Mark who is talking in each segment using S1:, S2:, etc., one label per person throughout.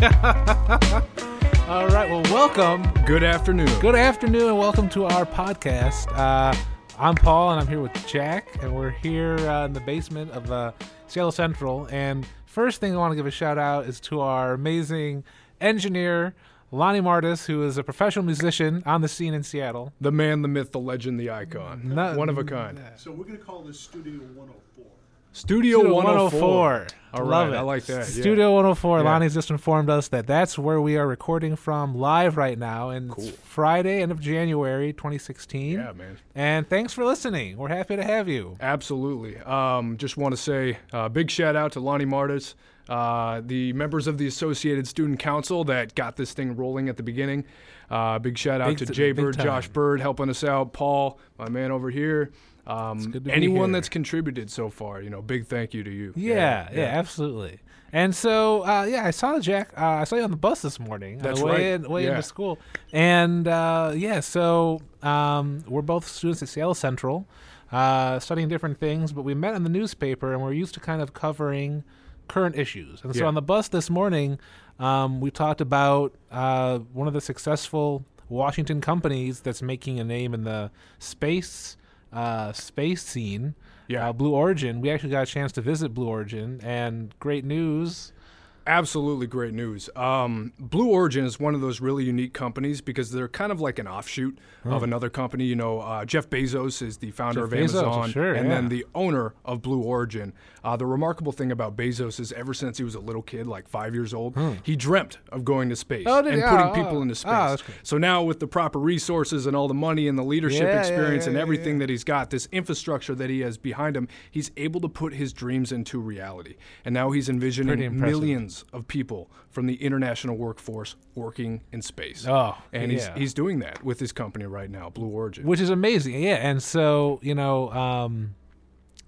S1: All right. Well, welcome.
S2: Good afternoon.
S1: Good afternoon, and welcome to our podcast. Uh, I'm Paul, and I'm here with Jack, and we're here uh, in the basement of uh, Seattle Central. And first thing I want to give a shout out is to our amazing engineer. Lonnie Martis, who is a professional musician on the scene in Seattle.
S2: The man, the myth, the legend, the icon.
S1: Not-
S2: One of a kind.
S3: So we're gonna call this Studio 104.
S2: Studio, 104. All right,
S1: oh Love it.
S2: I like that. yeah.
S1: Studio 104.
S2: Yeah.
S1: Lonnie's just informed us that that's where we are recording from live right now. And it's Friday, end of January 2016.
S2: Yeah, man.
S1: And thanks for listening. We're happy to have you.
S2: Absolutely. Um, just want to say uh, big shout out to Lonnie Martis, uh, the members of the Associated Student Council that got this thing rolling at the beginning. Uh, big shout out
S1: Big
S2: to
S1: t-
S2: Jay
S1: big
S2: Bird,
S1: time.
S2: Josh Bird helping us out, Paul, my man over here. Um,
S1: good to be
S2: anyone
S1: here.
S2: that's contributed so far, you know, big thank you to you.
S1: Yeah, yeah, absolutely. And so, uh, yeah, I saw Jack. Uh, I saw you on the bus this morning. on the
S2: That's
S1: way
S2: right.
S1: In, way
S2: Yeah.
S1: into school. And uh, yeah, so um, we're both students at Seattle Central, uh, studying different things. But we met in the newspaper, and we're used to kind of covering current issues. And so
S2: Yeah.
S1: on the bus this morning, um, we talked about uh, one of the successful Washington companies that's making a name in the space uh, space scene.
S2: Yeah.
S1: Uh, Blue Origin. We actually got a chance to visit Blue Origin, and great news.
S2: Absolutely great news. Um, Blue Origin is one of those really unique companies because they're kind of like an offshoot of another company. You know, uh, Jeff Bezos is the
S1: Jeff
S2: founder of
S1: Bezos,
S2: Amazon
S1: sure,
S2: and
S1: yeah.
S2: then the owner of Blue Origin. Uh, the remarkable thing about Bezos is ever since he was a little kid, like five years old, he dreamt of going to space
S1: Oh, did
S2: and
S1: he?
S2: putting
S1: Oh,
S2: people
S1: oh.
S2: into
S1: Oh,
S2: space.
S1: that's cool.
S2: so now, with the proper resources and all the money and the leadership
S1: Yeah, yeah,
S2: experience
S1: yeah,
S2: and
S1: yeah,
S2: everything that he's got, this infrastructure that he has behind him, he's able to put his dreams into reality. And now he's envisioning
S1: Pretty impressive.
S2: millions millions of people from the international workforce working in space.
S1: Oh,
S2: and he's
S1: yeah.
S2: he's doing that with his company right now, Blue Origin.
S1: which is amazing. Yeah, and so you know, um,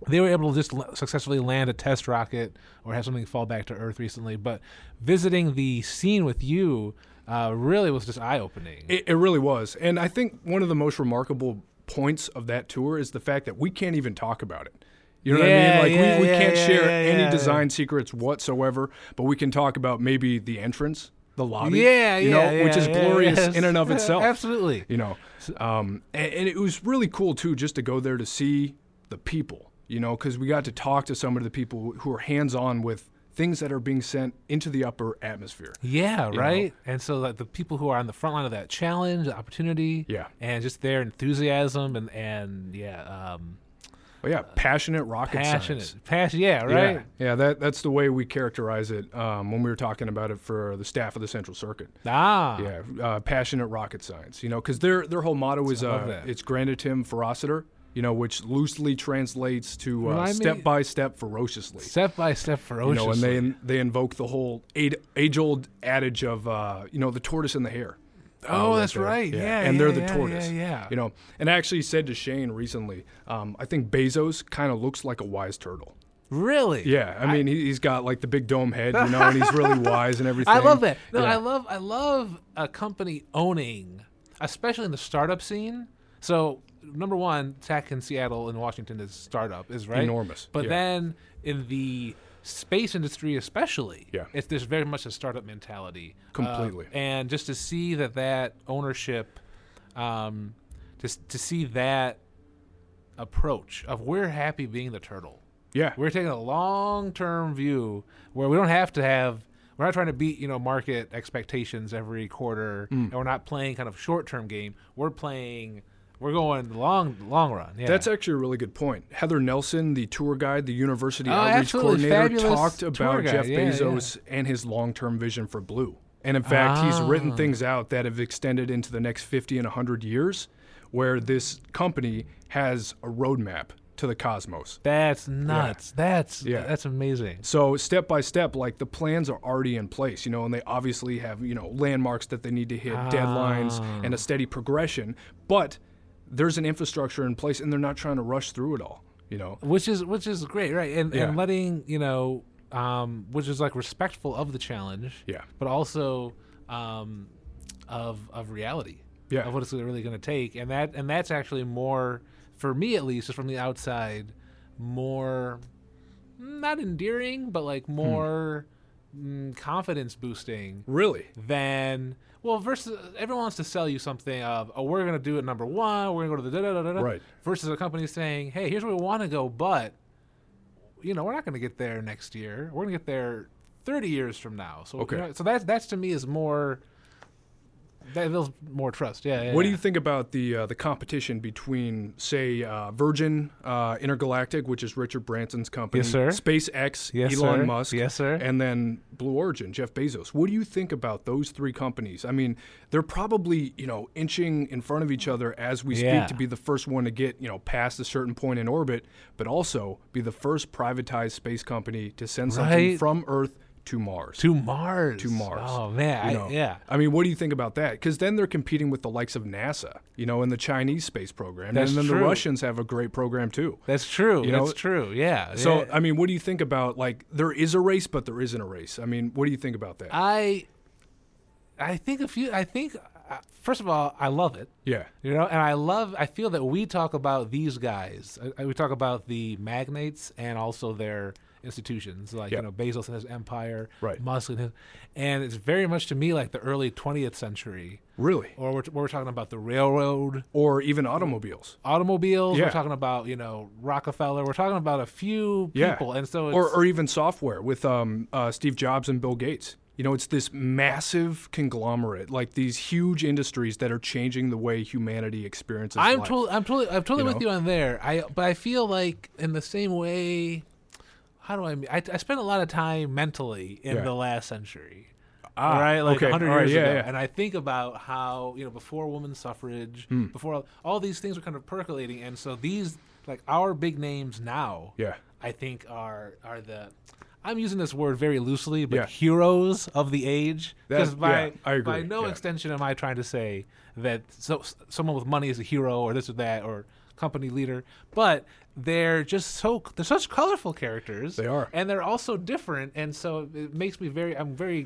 S1: they were able to just l- successfully land a test rocket or have something fall back to Earth recently. But visiting the scene with you uh, really was just eye opening.
S2: It, it really was. And I think one of the most remarkable points of that tour is the fact that we can't even talk about it. You know
S1: Yeah,
S2: what I mean? Like
S1: yeah,
S2: we, we
S1: yeah,
S2: can't
S1: yeah,
S2: share
S1: yeah,
S2: any
S1: yeah.
S2: design secrets whatsoever, but we can talk about maybe the entrance, the lobby.
S1: yeah,
S2: you
S1: yeah,
S2: know, which
S1: yeah,
S2: is
S1: yeah,
S2: glorious
S1: yes.
S2: in and of itself.
S1: Absolutely.
S2: you know um, and, and it was really cool too just to go there to see the people you know because we got to talk to some of the people who are hands-on with things that are being sent into the upper atmosphere
S1: Yeah, right. And so like the people who are on the front line of that challenge, the opportunity,
S2: Yeah.
S1: and just their enthusiasm and and yeah, um,
S2: oh yeah passionate rocket
S1: passionate,
S2: science
S1: passion. Yeah,
S2: Yeah,
S1: right.
S2: yeah that, that's the way we characterize it um, when we were talking about it for the staff of the Central Circuit.
S1: Ah,
S2: Yeah, uh, passionate rocket science, you know, because their, their whole motto is
S1: love
S2: uh,
S1: that.
S2: it's granditim ferociter, you know, which loosely translates to uh,
S1: Remind me-
S2: step by step ferociously.
S1: step by step
S2: you
S1: ferocious.
S2: know, and they they invoke the whole age old adage of uh, you know the tortoise and the hare. Uh,
S1: Oh, that's
S2: there.
S1: right. Yeah,
S2: and
S1: yeah,
S2: they're the
S1: yeah,
S2: tortoise.
S1: yeah, yeah.
S2: You know, and I actually said to Shane recently, um, I think Bezos kind of looks like a wise turtle.
S1: really.
S2: Yeah, I mean, he, he's got like the big dome head, you know, and he's really wise and everything.
S1: I love that. No,
S2: Yeah.
S1: I love I love a company owning, especially in the startup scene. So number one, tech in Seattle and Washington is startup is right
S2: Enormous,
S1: But
S2: yeah.
S1: then in the space industry, especially,
S2: Yeah.
S1: it's there's very much a startup mentality Uh,
S2: Completely.
S1: and just to see that that ownership, um, just to see that approach of we're happy being the turtle.
S2: yeah,
S1: We're taking a long term view where we don't have to have we're not trying to beat, you know, market expectations every quarter
S2: Mm.
S1: and we're not playing kind of short term game. We're playing we're going the long long run. Yeah.
S2: That's actually a really good point. Heather Nelson, the tour guide, the university
S1: Oh,
S2: outreach
S1: absolutely.
S2: coordinator,
S1: Fabulous
S2: talked
S1: tour
S2: about
S1: guide.
S2: Jeff
S1: Yeah, yeah.
S2: Bezos and his long-term vision for Blue. And in fact, he's
S1: Ah.
S2: written things out that have extended into the next 50 and 100 years, where this company has a roadmap to the cosmos.
S1: that's nuts. That's
S2: Yeah.
S1: that's amazing.
S2: So step by step, like the plans are already in place, you know, and they obviously have you know landmarks that they need to hit, deadlines,
S1: Ah.
S2: and a steady progression. But there's an infrastructure in place, and they're not trying to rush through it all, you know.
S1: Which is which is great, right? And
S2: Yeah.
S1: and letting, you know, um, which is like respectful of the challenge.
S2: Yeah.
S1: But also um, of of reality.
S2: Yeah.
S1: Of what it's really gonna take. And that and that's actually more for me at least, just from the
S2: Hmm.
S1: outside, more not endearing, but like more mm, confidence boosting
S2: Really?
S1: than well versus everyone wants to sell you something of oh we're gonna do it number one we're gonna go to the da da da da
S2: Right.
S1: versus a company saying hey here's where we want to go but you know we're not gonna get there next year we're gonna get there 30 years from now so
S2: Okay.
S1: you know, so that's that's to me is more that builds more trust yeah, yeah
S2: What do
S1: yeah.
S2: you think about the uh, the competition between, say, uh, Virgin uh, Intergalactic, which is Richard Branson's company,
S1: Yes, sir.
S2: SpaceX,
S1: Yes,
S2: Elon
S1: sir.
S2: Musk,
S1: Yes, sir.
S2: and then Blue Origin, Jeff Bezos? What do you think about those three companies? I mean, they're probably you know inching in front of each other as we
S1: Yeah.
S2: speak to be the first one to get you know past a certain point in orbit, but also be the first privatized space company to send something
S1: Right.
S2: from Earth to Mars.
S1: to Mars
S2: to Mars.
S1: oh man
S2: you
S1: I,
S2: know?
S1: yeah
S2: I mean, what do you think about that? Because then they're competing with the likes of NASA, you know, and the Chinese space program,
S1: That's
S2: and then
S1: true.
S2: the Russians have a great program too.
S1: that's true
S2: You know,
S1: that's true yeah
S2: So,
S1: yeah.
S2: I mean, what do you think about like there is a race, but there isn't a race? I mean, what do you think about that?
S1: I I think a few I think uh, first of all I love it
S2: yeah,
S1: You know, and I love. I feel that we talk about these guys. I- I, we talk about the magnates and also their institutions, like
S2: Yep.
S1: you know Bezos and his empire,
S2: Right.
S1: Musk and his, and it's very much to me like the early 20th century,
S2: really,
S1: or we're, we're talking about the railroad,
S2: or even automobiles,
S1: automobiles.
S2: Yeah.
S1: We're talking about you know Rockefeller. We're talking about a few
S2: yeah,
S1: people, and so it's,
S2: or or even software with um, uh, Steve Jobs and Bill Gates. You know, it's this massive conglomerate, like these huge industries that are changing the way humanity experiences.
S1: I'm
S2: life.
S1: totally, I'm totally, I'm totally
S2: you
S1: with
S2: know?
S1: you on there. I, but I feel like in the same way, how do I? mean- I, I spent a lot of time mentally in
S2: Yeah.
S1: the last century,
S2: Ah,
S1: right? Like
S2: okay.
S1: 100
S2: All right,
S1: years
S2: yeah,
S1: ago,
S2: yeah.
S1: and I think about how you know before women's suffrage,
S2: Hmm.
S1: before all, all these things were kind of percolating, and so these like our big names now,
S2: Yeah.
S1: I think are are the. I'm using this word very loosely, but
S2: Yeah.
S1: heroes of the age. Because
S2: That-
S1: by
S2: yeah, I agree,
S1: by no
S2: yeah.
S1: extension am I trying to say that so s- someone with money is a hero or this or that or company leader, but they're just so they're such colorful characters.
S2: They are.
S1: and they're also different, and so it makes me very I'm very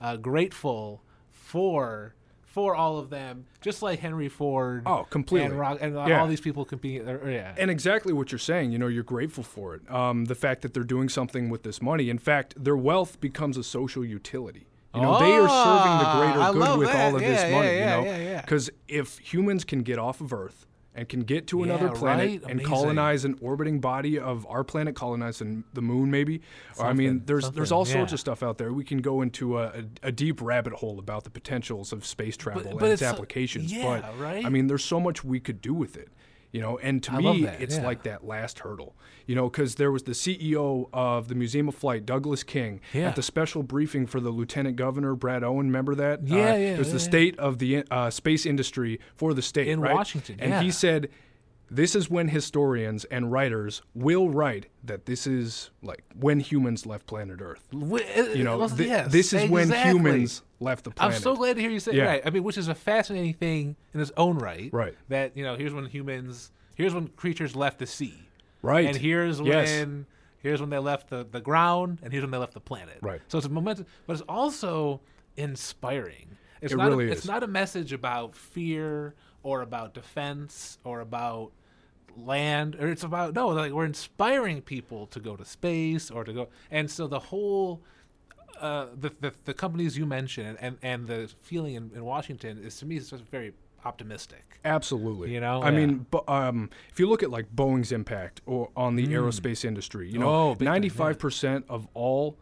S1: uh, grateful for for all of them. Just like Henry Ford.
S2: Oh, completely.
S1: And, Rock, and
S2: Yeah.
S1: all these people competing. Or, or, yeah.
S2: and exactly what you're saying. You know, you're grateful for it. Um, the fact that they're doing something with this money. In fact, their wealth becomes a social utility. You know, they are
S1: Ah,
S2: serving
S1: I
S2: the greater
S1: love
S2: good with
S1: that.
S2: all of
S1: Yeah,
S2: this
S1: yeah,
S2: money.
S1: yeah,
S2: you know,
S1: yeah, yeah.
S2: because if humans can get off of Earth and can get to another
S1: Yeah,
S2: planet
S1: right?
S2: and
S1: Amazing.
S2: colonize an orbiting body of our planet, colonize an- the moon, maybe. Or, I mean,
S1: Something,
S2: there's there's
S1: something,
S2: all sorts
S1: yeah.
S2: of stuff out there. We can go into a, a, a deep rabbit hole about the potentials of space travel
S1: but
S2: and
S1: it's
S2: its,
S1: so-
S2: applications.
S1: yeah,
S2: but
S1: right?
S2: I mean, there's so much we could do with it. You know, and to
S1: I love
S2: me,
S1: that,
S2: it's
S1: yeah.
S2: like that last hurdle. You know, because there was the CEO of the Museum of Flight, Douglas King,
S1: Yeah.
S2: at the special briefing for the Lieutenant Governor Brad Owen. Remember that? Uh,
S1: Yeah, yeah,
S2: It was
S1: yeah,
S2: the
S1: yeah.
S2: state of the uh, space industry for the state
S1: In
S2: right?
S1: Washington,
S2: and
S1: yeah.
S2: he said, "This is when historians and writers will write that this is like when humans left planet Earth.
S1: uh,
S2: You know, thi- this is when humans left the
S1: I'm
S2: planet."
S1: so glad to hear you say
S2: Yeah.
S1: right. I mean, which is a fascinating thing in its own right.
S2: Right.
S1: That you know, here's when humans, here's when creatures left the sea.
S2: Right.
S1: And here's
S2: Yes.
S1: when, here's when they left the the ground, and here's when they left the planet.
S2: Right.
S1: So it's a momentum, but it's also inspiring. It's
S2: It
S1: not
S2: really
S1: a, It's
S2: is.
S1: not a message about fear or about defense or about land or it's about no like we're inspiring people to go to space or to go and so the whole uh, the, the the companies you mentioned and, and the feeling in, in Washington is to me is just very optimistic.
S2: Absolutely.
S1: You know? Yeah.
S2: I
S1: Mm.
S2: mean, bo- um, if you look at like Boeing's impact or on the aerospace industry,
S1: Oh,
S2: you know,
S1: big time, yeah.
S2: ninety-five percent of all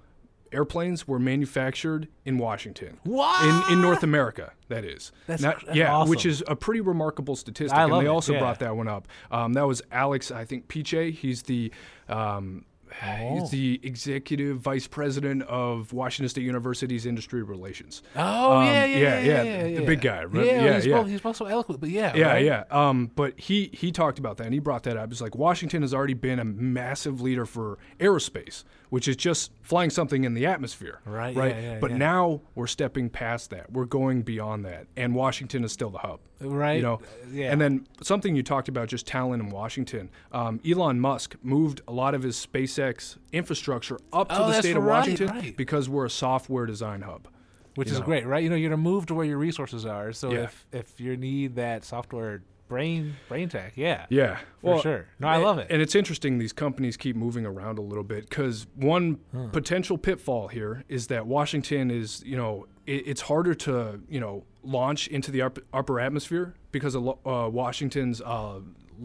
S2: airplanes were manufactured in Washington.
S1: What?
S2: In in North America, that is.
S1: That's cr- that's
S2: yeah, which
S1: awesome.
S2: is a pretty remarkable statistic.
S1: I
S2: and
S1: love
S2: they
S1: it,
S2: also
S1: yeah.
S2: brought that one up. Um, that was Alex, I think Piche. He's the. Um,
S1: Oh.
S2: He's the executive vice president of Washington State University's industry relations.
S1: Oh
S2: Um,
S1: yeah, yeah, yeah,
S2: yeah,
S1: yeah,
S2: the- the
S1: yeah.
S2: big guy, right?
S1: Yeah,
S2: Yeah,
S1: he
S2: yeah.
S1: spoke, he spoke so eloquent, but yeah,
S2: Yeah,
S1: right?
S2: yeah. Um, but he he talked about that and he brought that up. It's like Washington has already been a massive leader for aerospace, which is just flying something in the atmosphere.
S1: Right,
S2: Right.
S1: yeah, yeah,
S2: but
S1: yeah.
S2: now we're stepping past that. We're going beyond that, and Washington is still the hub.
S1: Right,
S2: You know.
S1: uh, yeah.
S2: And then something you talked about, just talent in Washington. Um, Elon Musk moved a lot of his SpaceX infrastructure up to
S1: Oh,
S2: the
S1: that's
S2: state of
S1: right,
S2: Washington
S1: right.
S2: because we're a software design hub.
S1: Which
S2: you
S1: is
S2: know.
S1: great, right? You know, you're gonna move to where your resources are. So
S2: Yeah.
S1: if if you need that software brain brain tech. Yeah,
S2: Yeah,
S1: for sure. No, I love it.
S2: And it's interesting these companies keep moving around a little bit because one potential pitfall here is that Washington is, you know, it, it's harder to, you know, launch into the up- upper atmosphere because of lo- uh, Washington's uh,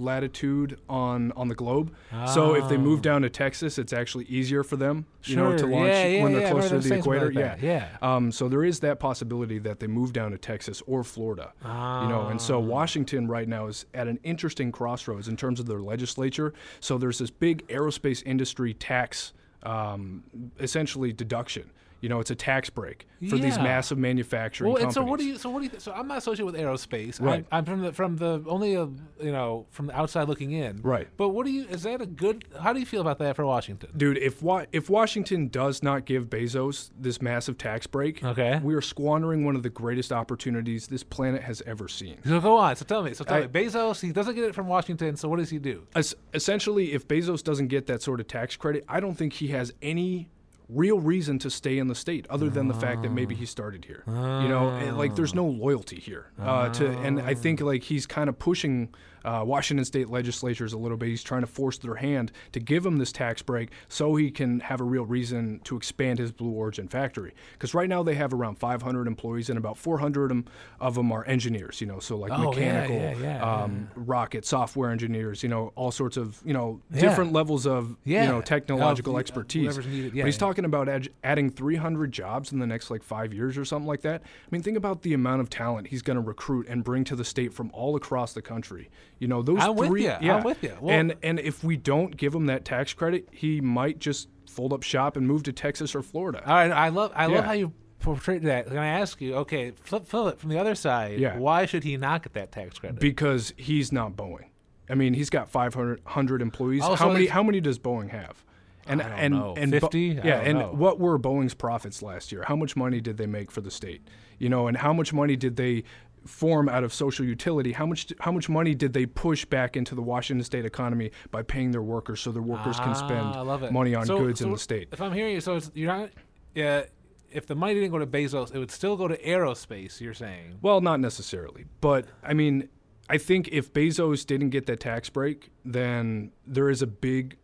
S2: latitude on on the globe. So if they move down to Texas, it's actually easier for them, you know, to
S1: Ah. Sure.
S2: launch
S1: Yeah, yeah,
S2: when
S1: yeah.
S2: they're
S1: I
S2: closer
S1: remember them
S2: to the
S1: saying something
S2: equator.
S1: like that.
S2: yeah, Um, so there is that possibility that they move down to Texas or Florida. You know, and
S1: Ah.
S2: so Washington right now is at an interesting crossroads in terms of their legislature. So there's this big aerospace industry tax, um, essentially deduction. You know, it's a tax break for these
S1: Yeah.
S2: massive manufacturing
S1: Well, and
S2: companies.
S1: so what do you? So what do you? So I'm not associated with aerospace.
S2: Right.
S1: I'm, I'm from the from the only uh, you know from the outside looking in.
S2: Right.
S1: But what do you? Is that a good? How do you feel about that for Washington?
S2: Dude, if wa- if Washington does not give Bezos this massive tax break,
S1: Okay.
S2: we are squandering one of the greatest opportunities this planet has ever seen.
S1: So go on. So tell me. So tell
S2: I-
S1: me. Bezos, he doesn't get it from Washington. So what does he do?
S2: es- essentially, if Bezos doesn't get that sort of tax credit, I don't think he has any real reason to stay in the state other than the fact that maybe he started here. You know, and, like there's no loyalty here. Uh, to and I think like he's kind of pushing uh, Washington state legislatures a little bit. He's trying to force their hand to give him this tax break so he can have a real reason to expand his Blue Origin factory. Because right now they have around 500 employees and about 400 em- of them are engineers. You know, so like
S1: Oh, yeah,
S2: mechanical,
S1: yeah, yeah,
S2: um, rocket software engineers, you know, all sorts of, you know,
S1: Mm. Yeah.
S2: different levels of,
S1: Yeah.
S2: you know, technological
S1: Of, uh,
S2: expertise.
S1: whatever's needed, yeah,
S2: but he's
S1: yeah.
S2: talking about ad- adding 300 jobs in the next like five years or something like that. I mean, think about the amount of talent he's going to recruit and bring to the state from all across the country. You know, those
S1: I'm with
S2: three.
S1: ya, I'm
S2: Yeah.
S1: with ya. Well-
S2: and and if we don't give him that tax credit, he might just fold up shop and move to Texas or Florida.
S1: All right. I love. I
S2: Yeah.
S1: love how you portrayed that. Can I ask you? Okay, flip, flip it from the other side.
S2: Yeah.
S1: Why should he not get that tax credit?
S2: because he's not Boeing. I mean, he's got 500 100 employees.
S1: Oh,
S2: how
S1: so
S2: many
S1: it's-
S2: how many does Boeing have? And
S1: I don't
S2: and
S1: know.
S2: and Bo-
S1: 50? I
S2: yeah,
S1: don't
S2: and
S1: know.
S2: what were Boeing's profits last year? How much money did they make for the state? You know, and how much money did they form out of social utility? How much how much money did they push back into the Washington state economy by paying their workers so their workers can
S1: Ah, I love it.
S2: spend money on
S1: So-
S2: goods in
S1: so
S2: the state?
S1: If I'm hearing you, so it's, you're not. Yeah. If the money didn't go to Bezos, it would still go to aerospace. You're saying.
S2: Well, not necessarily, but I mean, I think if Bezos didn't get that tax break, then there is a big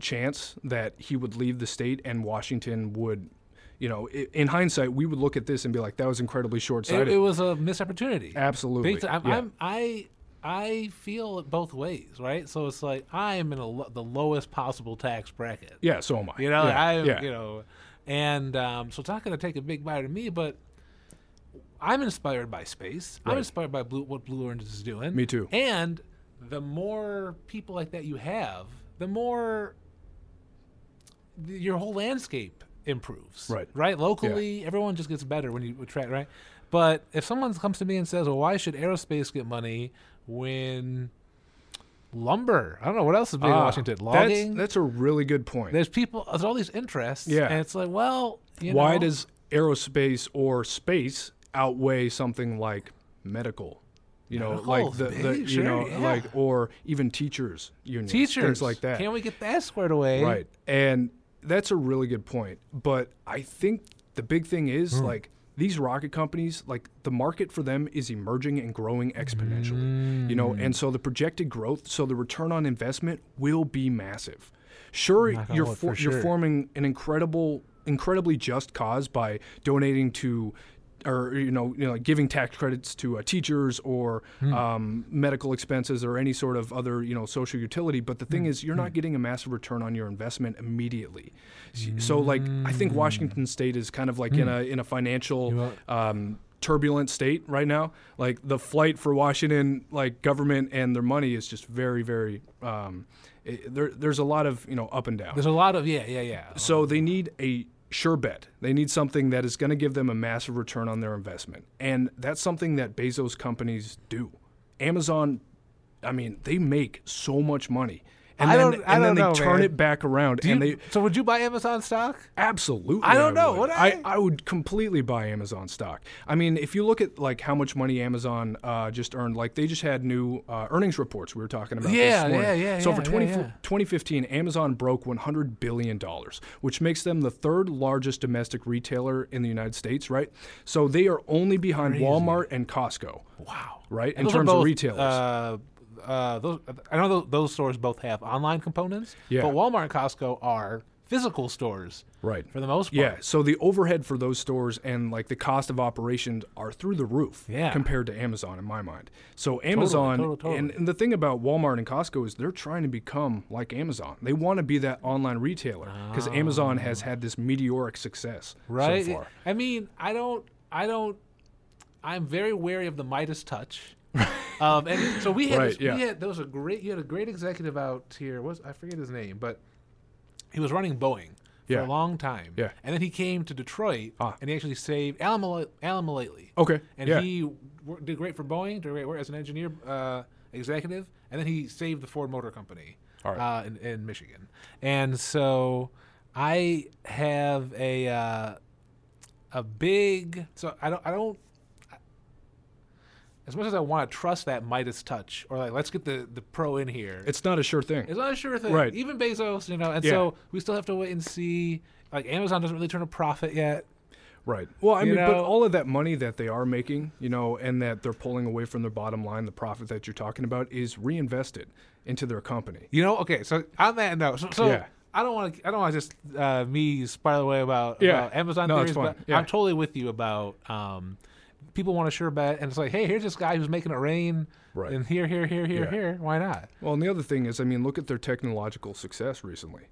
S2: chance that he would leave the state and Washington would, you know, i- in hindsight, we would look at this and be like, that was incredibly
S1: It,
S2: short-sighted.
S1: it was a missed opportunity.
S2: Absolutely.
S1: Big time. I'm,
S2: Yeah.
S1: I'm, I I feel it both ways, right? So it's like I am in a, lo- the lowest possible tax bracket.
S2: yeah, so am I.
S1: You know,
S2: yeah,
S1: I am,
S2: yeah.
S1: you know, and um, so it's not going to take a big bite of me, but I'm inspired by space. I'm
S2: Right.
S1: inspired by blue, what Blue Orange is doing.
S2: Me too.
S1: And the more people like that you have, the more th- your whole landscape improves.
S2: Right.
S1: Right. Locally, everyone just gets better when you attract. Right. But if someone comes to me and says, "Well, why should aerospace get money when lumber? I don't know what else is big in
S2: Ah,
S1: Washington. Logging.
S2: that's, that's a really good point.
S1: There's people. There's all these interests.
S2: Yeah.
S1: And it's like, well, you
S2: Why
S1: know,
S2: does aerospace or space outweigh something like medical? You know, like
S1: Medical's
S2: the, the
S1: big,
S2: you
S1: sure,
S2: know,
S1: yeah.
S2: like or even teachers unions,
S1: teachers
S2: things like that.
S1: Can we get that squared away?
S2: Right. And that's a really good point. But I think the big thing is
S1: Hmm.
S2: like these rocket companies, like the market for them is emerging and growing exponentially. You know,
S1: Hmm.
S2: and so the projected growth, so the return on investment will be massive. Sure,
S1: Knock on
S2: you're
S1: wood,
S2: for,
S1: for sure.
S2: you're forming an incredible incredibly just cause by donating to or you know, you know like giving tax credits to uh, teachers or
S1: Hmm.
S2: um, medical expenses or any sort of other you know social utility but the thing
S1: Hmm.
S2: is you're not getting a massive return on your investment immediately S- so like i think
S1: Hmm.
S2: washington state is kind of like in a in a financial um, turbulent state right now like the flight for washington like government and their money is just very very um, it, there, there's a lot of you know up and down
S1: There's a lot of yeah, yeah, yeah.
S2: so they need a sure bet. They need something that is going to give them a massive return on their investment. And that's something that Bezos companies do. Amazon, I mean, they make so much money. and
S1: I
S2: then
S1: don't-
S2: and
S1: I
S2: then
S1: don't
S2: they
S1: know,
S2: turn
S1: man.
S2: it back around
S1: Do
S2: and
S1: you-
S2: they
S1: so would you buy Amazon stock?
S2: Absolutely.
S1: I don't know,
S2: Would.
S1: would I?
S2: I, I would completely buy Amazon stock. I mean, if you look at like how much money Amazon uh, just earned, like they just had new uh, earnings reports we were talking about.
S1: Yeah,
S2: this morning.
S1: yeah, yeah,
S2: So
S1: yeah,
S2: for
S1: yeah,
S2: 20,
S1: yeah.
S2: 2015, Amazon broke 100 billion dollars, which makes them the third largest domestic retailer in the United States, right? So they are only behind Walmart and Costco.
S1: Wow.
S2: Right, in
S1: Those are
S2: terms of
S1: both,
S2: retailers.
S1: Uh, uh, those, I know those, those stores both have online components,
S2: Yeah.
S1: but Walmart and Costco are physical stores
S2: Right.
S1: for the most part.
S2: Yeah, so the overhead for those stores and like the cost of operations are through the roof
S1: Yeah.
S2: compared to Amazon in my mind. So Amazon
S1: totally, totally.
S2: And, and the thing about Walmart and Costco is they're trying to become like Amazon. They want to be that online retailer because Amazon has had this meteoric success
S1: Ah. right.
S2: so far.
S1: I mean, I don't, I don't, I'm very wary of the Midas touch. um, and so we had,
S2: Right,
S1: this,
S2: yeah.
S1: we had, there was a great, you had a great executive out here. What Was I forget his name, but he was running Boeing for
S2: Yeah.
S1: a long time.
S2: Yeah.
S1: And then he came to Detroit,
S2: Ah.
S1: and he actually saved Alan, Mal- Alan Mulally.
S2: Okay.
S1: and
S2: yeah.
S1: he wor- did great for Boeing, did great work as an engineer uh, executive, and then he saved the Ford Motor Company
S2: All right.
S1: uh, in, in Michigan. And so I have a uh, a big so I don't I don't as much as I want to trust that Midas touch or like let's get the the pro in here.
S2: it's not a sure thing.
S1: It's not a sure thing.
S2: Right.
S1: Even Bezos, you know, and
S2: Yeah.
S1: so we still have to wait and see. Like Amazon doesn't really turn a profit yet.
S2: Right. Well, I
S1: You
S2: mean, but
S1: know-
S2: all of that money that they are making, you know, and that they're pulling away from their bottom line, the profit that you're talking about is reinvested into their company.
S1: You know, okay. So on that note, so, so
S2: Yeah.
S1: I don't want to. I don't want to just uh, me spiral away about,
S2: Yeah.
S1: about Amazon
S2: No, it's
S1: theories,
S2: fine.
S1: but
S2: Yeah.
S1: I'm totally with you about um, people want a sure bet, and it's like, hey, here's this guy who's making it rain,
S2: Right.
S1: and here, here, here, here,
S2: Yeah.
S1: here. Why not?
S2: Well, and the other thing is, I mean, look at their technological success recently.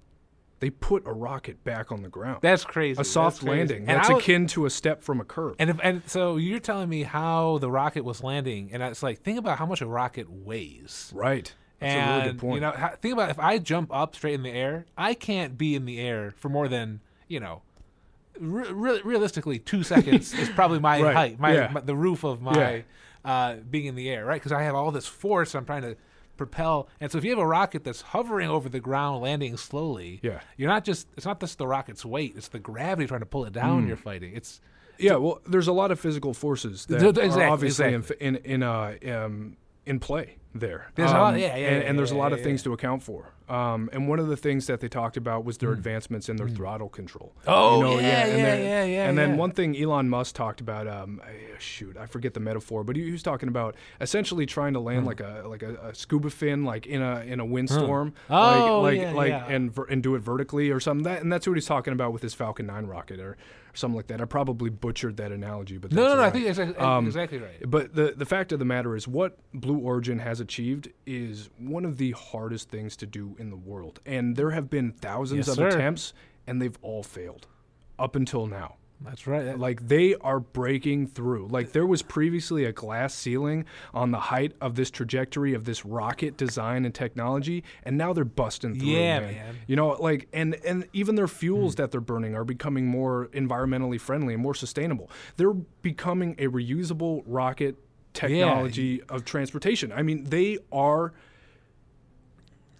S2: They put a rocket back on the ground.
S1: That's crazy.
S2: a soft
S1: That's crazy.
S2: landing.
S1: And
S2: That's
S1: I was-
S2: akin to a step from a curb.
S1: And if, and so you're telling me how the rocket was landing, and it's like, think about how much a rocket weighs.
S2: right. That's
S1: and,
S2: a really good point.
S1: You know, ha- think about if I jump up straight in the air, I can't be in the air for more than you know. Re- re- realistically, two seconds is probably my
S2: Right,
S1: height, my,
S2: yeah.
S1: my- the roof of my uh, being in the air, right? Because I have all this force I'm trying to propel, and so if you have a rocket that's hovering over the ground, landing slowly,
S2: Yeah.
S1: you're not just it's not just the rocket's weight; it's the gravity trying to pull it down.
S2: Hmm.
S1: You're fighting. It's
S2: yeah, well, there's a lot of physical forces that
S1: Th- th-
S2: are
S1: exactly,
S2: obviously in in in, uh, um, in play there. Um,
S1: There's a lot- yeah, yeah,
S2: and,
S1: yeah,
S2: and there's a
S1: yeah,
S2: lot
S1: yeah,
S2: of things to account for. Um, and one of the things that they talked about was their advancements in their throttle control.
S1: Hmm. Oh, yeah,
S2: and
S1: yeah,
S2: then,
S1: yeah, yeah,
S2: And then
S1: yeah.
S2: one thing Elon Musk talked about, um, eh, shoot, I forget the metaphor, but he, he was talking about essentially trying to
S1: Hmm.
S2: land like a like a, a scuba fin, like in a in a windstorm,
S1: Oh,
S2: like like
S1: yeah,
S2: like
S1: yeah.
S2: and ver- and do it vertically or something. That and that's what he's talking about with his Falcon 9 rocket or, or something like that. I probably butchered that analogy, but
S1: no, no,
S2: that's
S1: no. I
S2: all
S1: think
S2: right. Um,
S1: that's ex- exactly right.
S2: But the the fact of the matter is, what Blue Origin has achieved is one of the hardest things to do in the world, and there have been thousands
S1: Yes,
S2: of
S1: sir.
S2: attempts, and they've all failed, up until now.
S1: That's right. That-
S2: Like they are breaking through. Like there was previously a glass ceiling on the height of this trajectory of this rocket design and technology, and now they're busting through.
S1: Yeah,
S2: man.
S1: man. Hmm.
S2: You know, like and and even their fuels that they're burning are becoming more environmentally friendly and more sustainable. They're becoming a reusable rocket technology of transportation. I mean, they are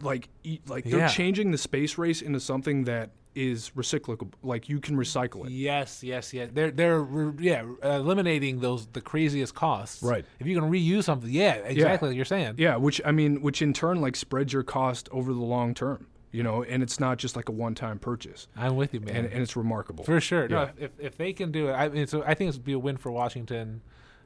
S2: like e- like they're
S1: Yeah.
S2: changing the space race into something that is recyclable. Like you can recycle it.
S1: Yes, yes, yes. They're they're re- yeah eliminating those the craziest costs.
S2: Right.
S1: If you can reuse something, yeah, exactly. Like you're saying.
S2: Yeah, which I mean, which in turn like spreads your cost over the long term, you know, and it's not just like a one time purchase,
S1: I'm with you, man.
S2: and, and it's remarkable.
S1: for sure. No,
S2: yeah.
S1: if, if if they can do it, I mean, so I think it would be a win for Washington.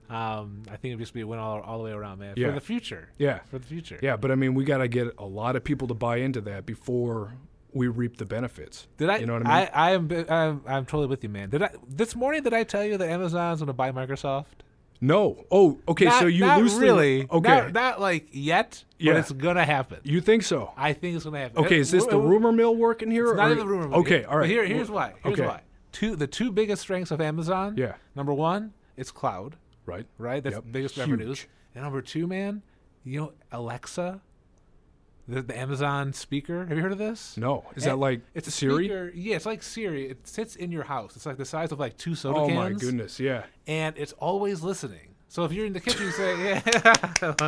S1: Um, I think it'd just be a win all, all the way around, man.
S2: Yeah.
S1: For the future.
S2: Yeah,
S1: For the future.
S2: yeah, but I mean, we got to get a lot of people to buy into that before we reap the benefits.
S1: Did I?
S2: You know what I mean?
S1: I, I am. bi- I'm, I'm totally with you, man. Did I this morning? Did I tell you that Amazon's going to buy Microsoft?
S2: no. Oh, okay.
S1: Not-
S2: so you
S1: not
S2: loosely
S1: really.
S2: okay?
S1: Not, not like yet.
S2: Yeah.
S1: But it's gonna happen.
S2: you think so?
S1: I think it's gonna happen.
S2: Okay, is this the
S1: We're-
S2: rumor mill working here?
S1: It's not
S2: or-
S1: in the rumor. mill.
S2: Okay,
S1: Here-
S2: all right.
S1: Here, here's why. Here's
S2: okay.
S1: why. Two, the two biggest strengths of Amazon.
S2: Yeah.
S1: Number one, it's cloud,
S2: Right.
S1: right? That's
S2: Yep.
S1: the biggest revenues.
S2: Huge.
S1: And number two, man, you know Alexa, the, the Amazon speaker. Have you heard of this?
S2: No, is that
S1: Eh,
S2: like
S1: It's a
S2: Siri?
S1: Speaker. Yeah, it's like Siri. It sits in your house. It's like the size of like two soda
S2: Oh
S1: cans.
S2: my goodness! Yeah.
S1: And it's always listening. So if you're in the kitchen, you say, "Yeah,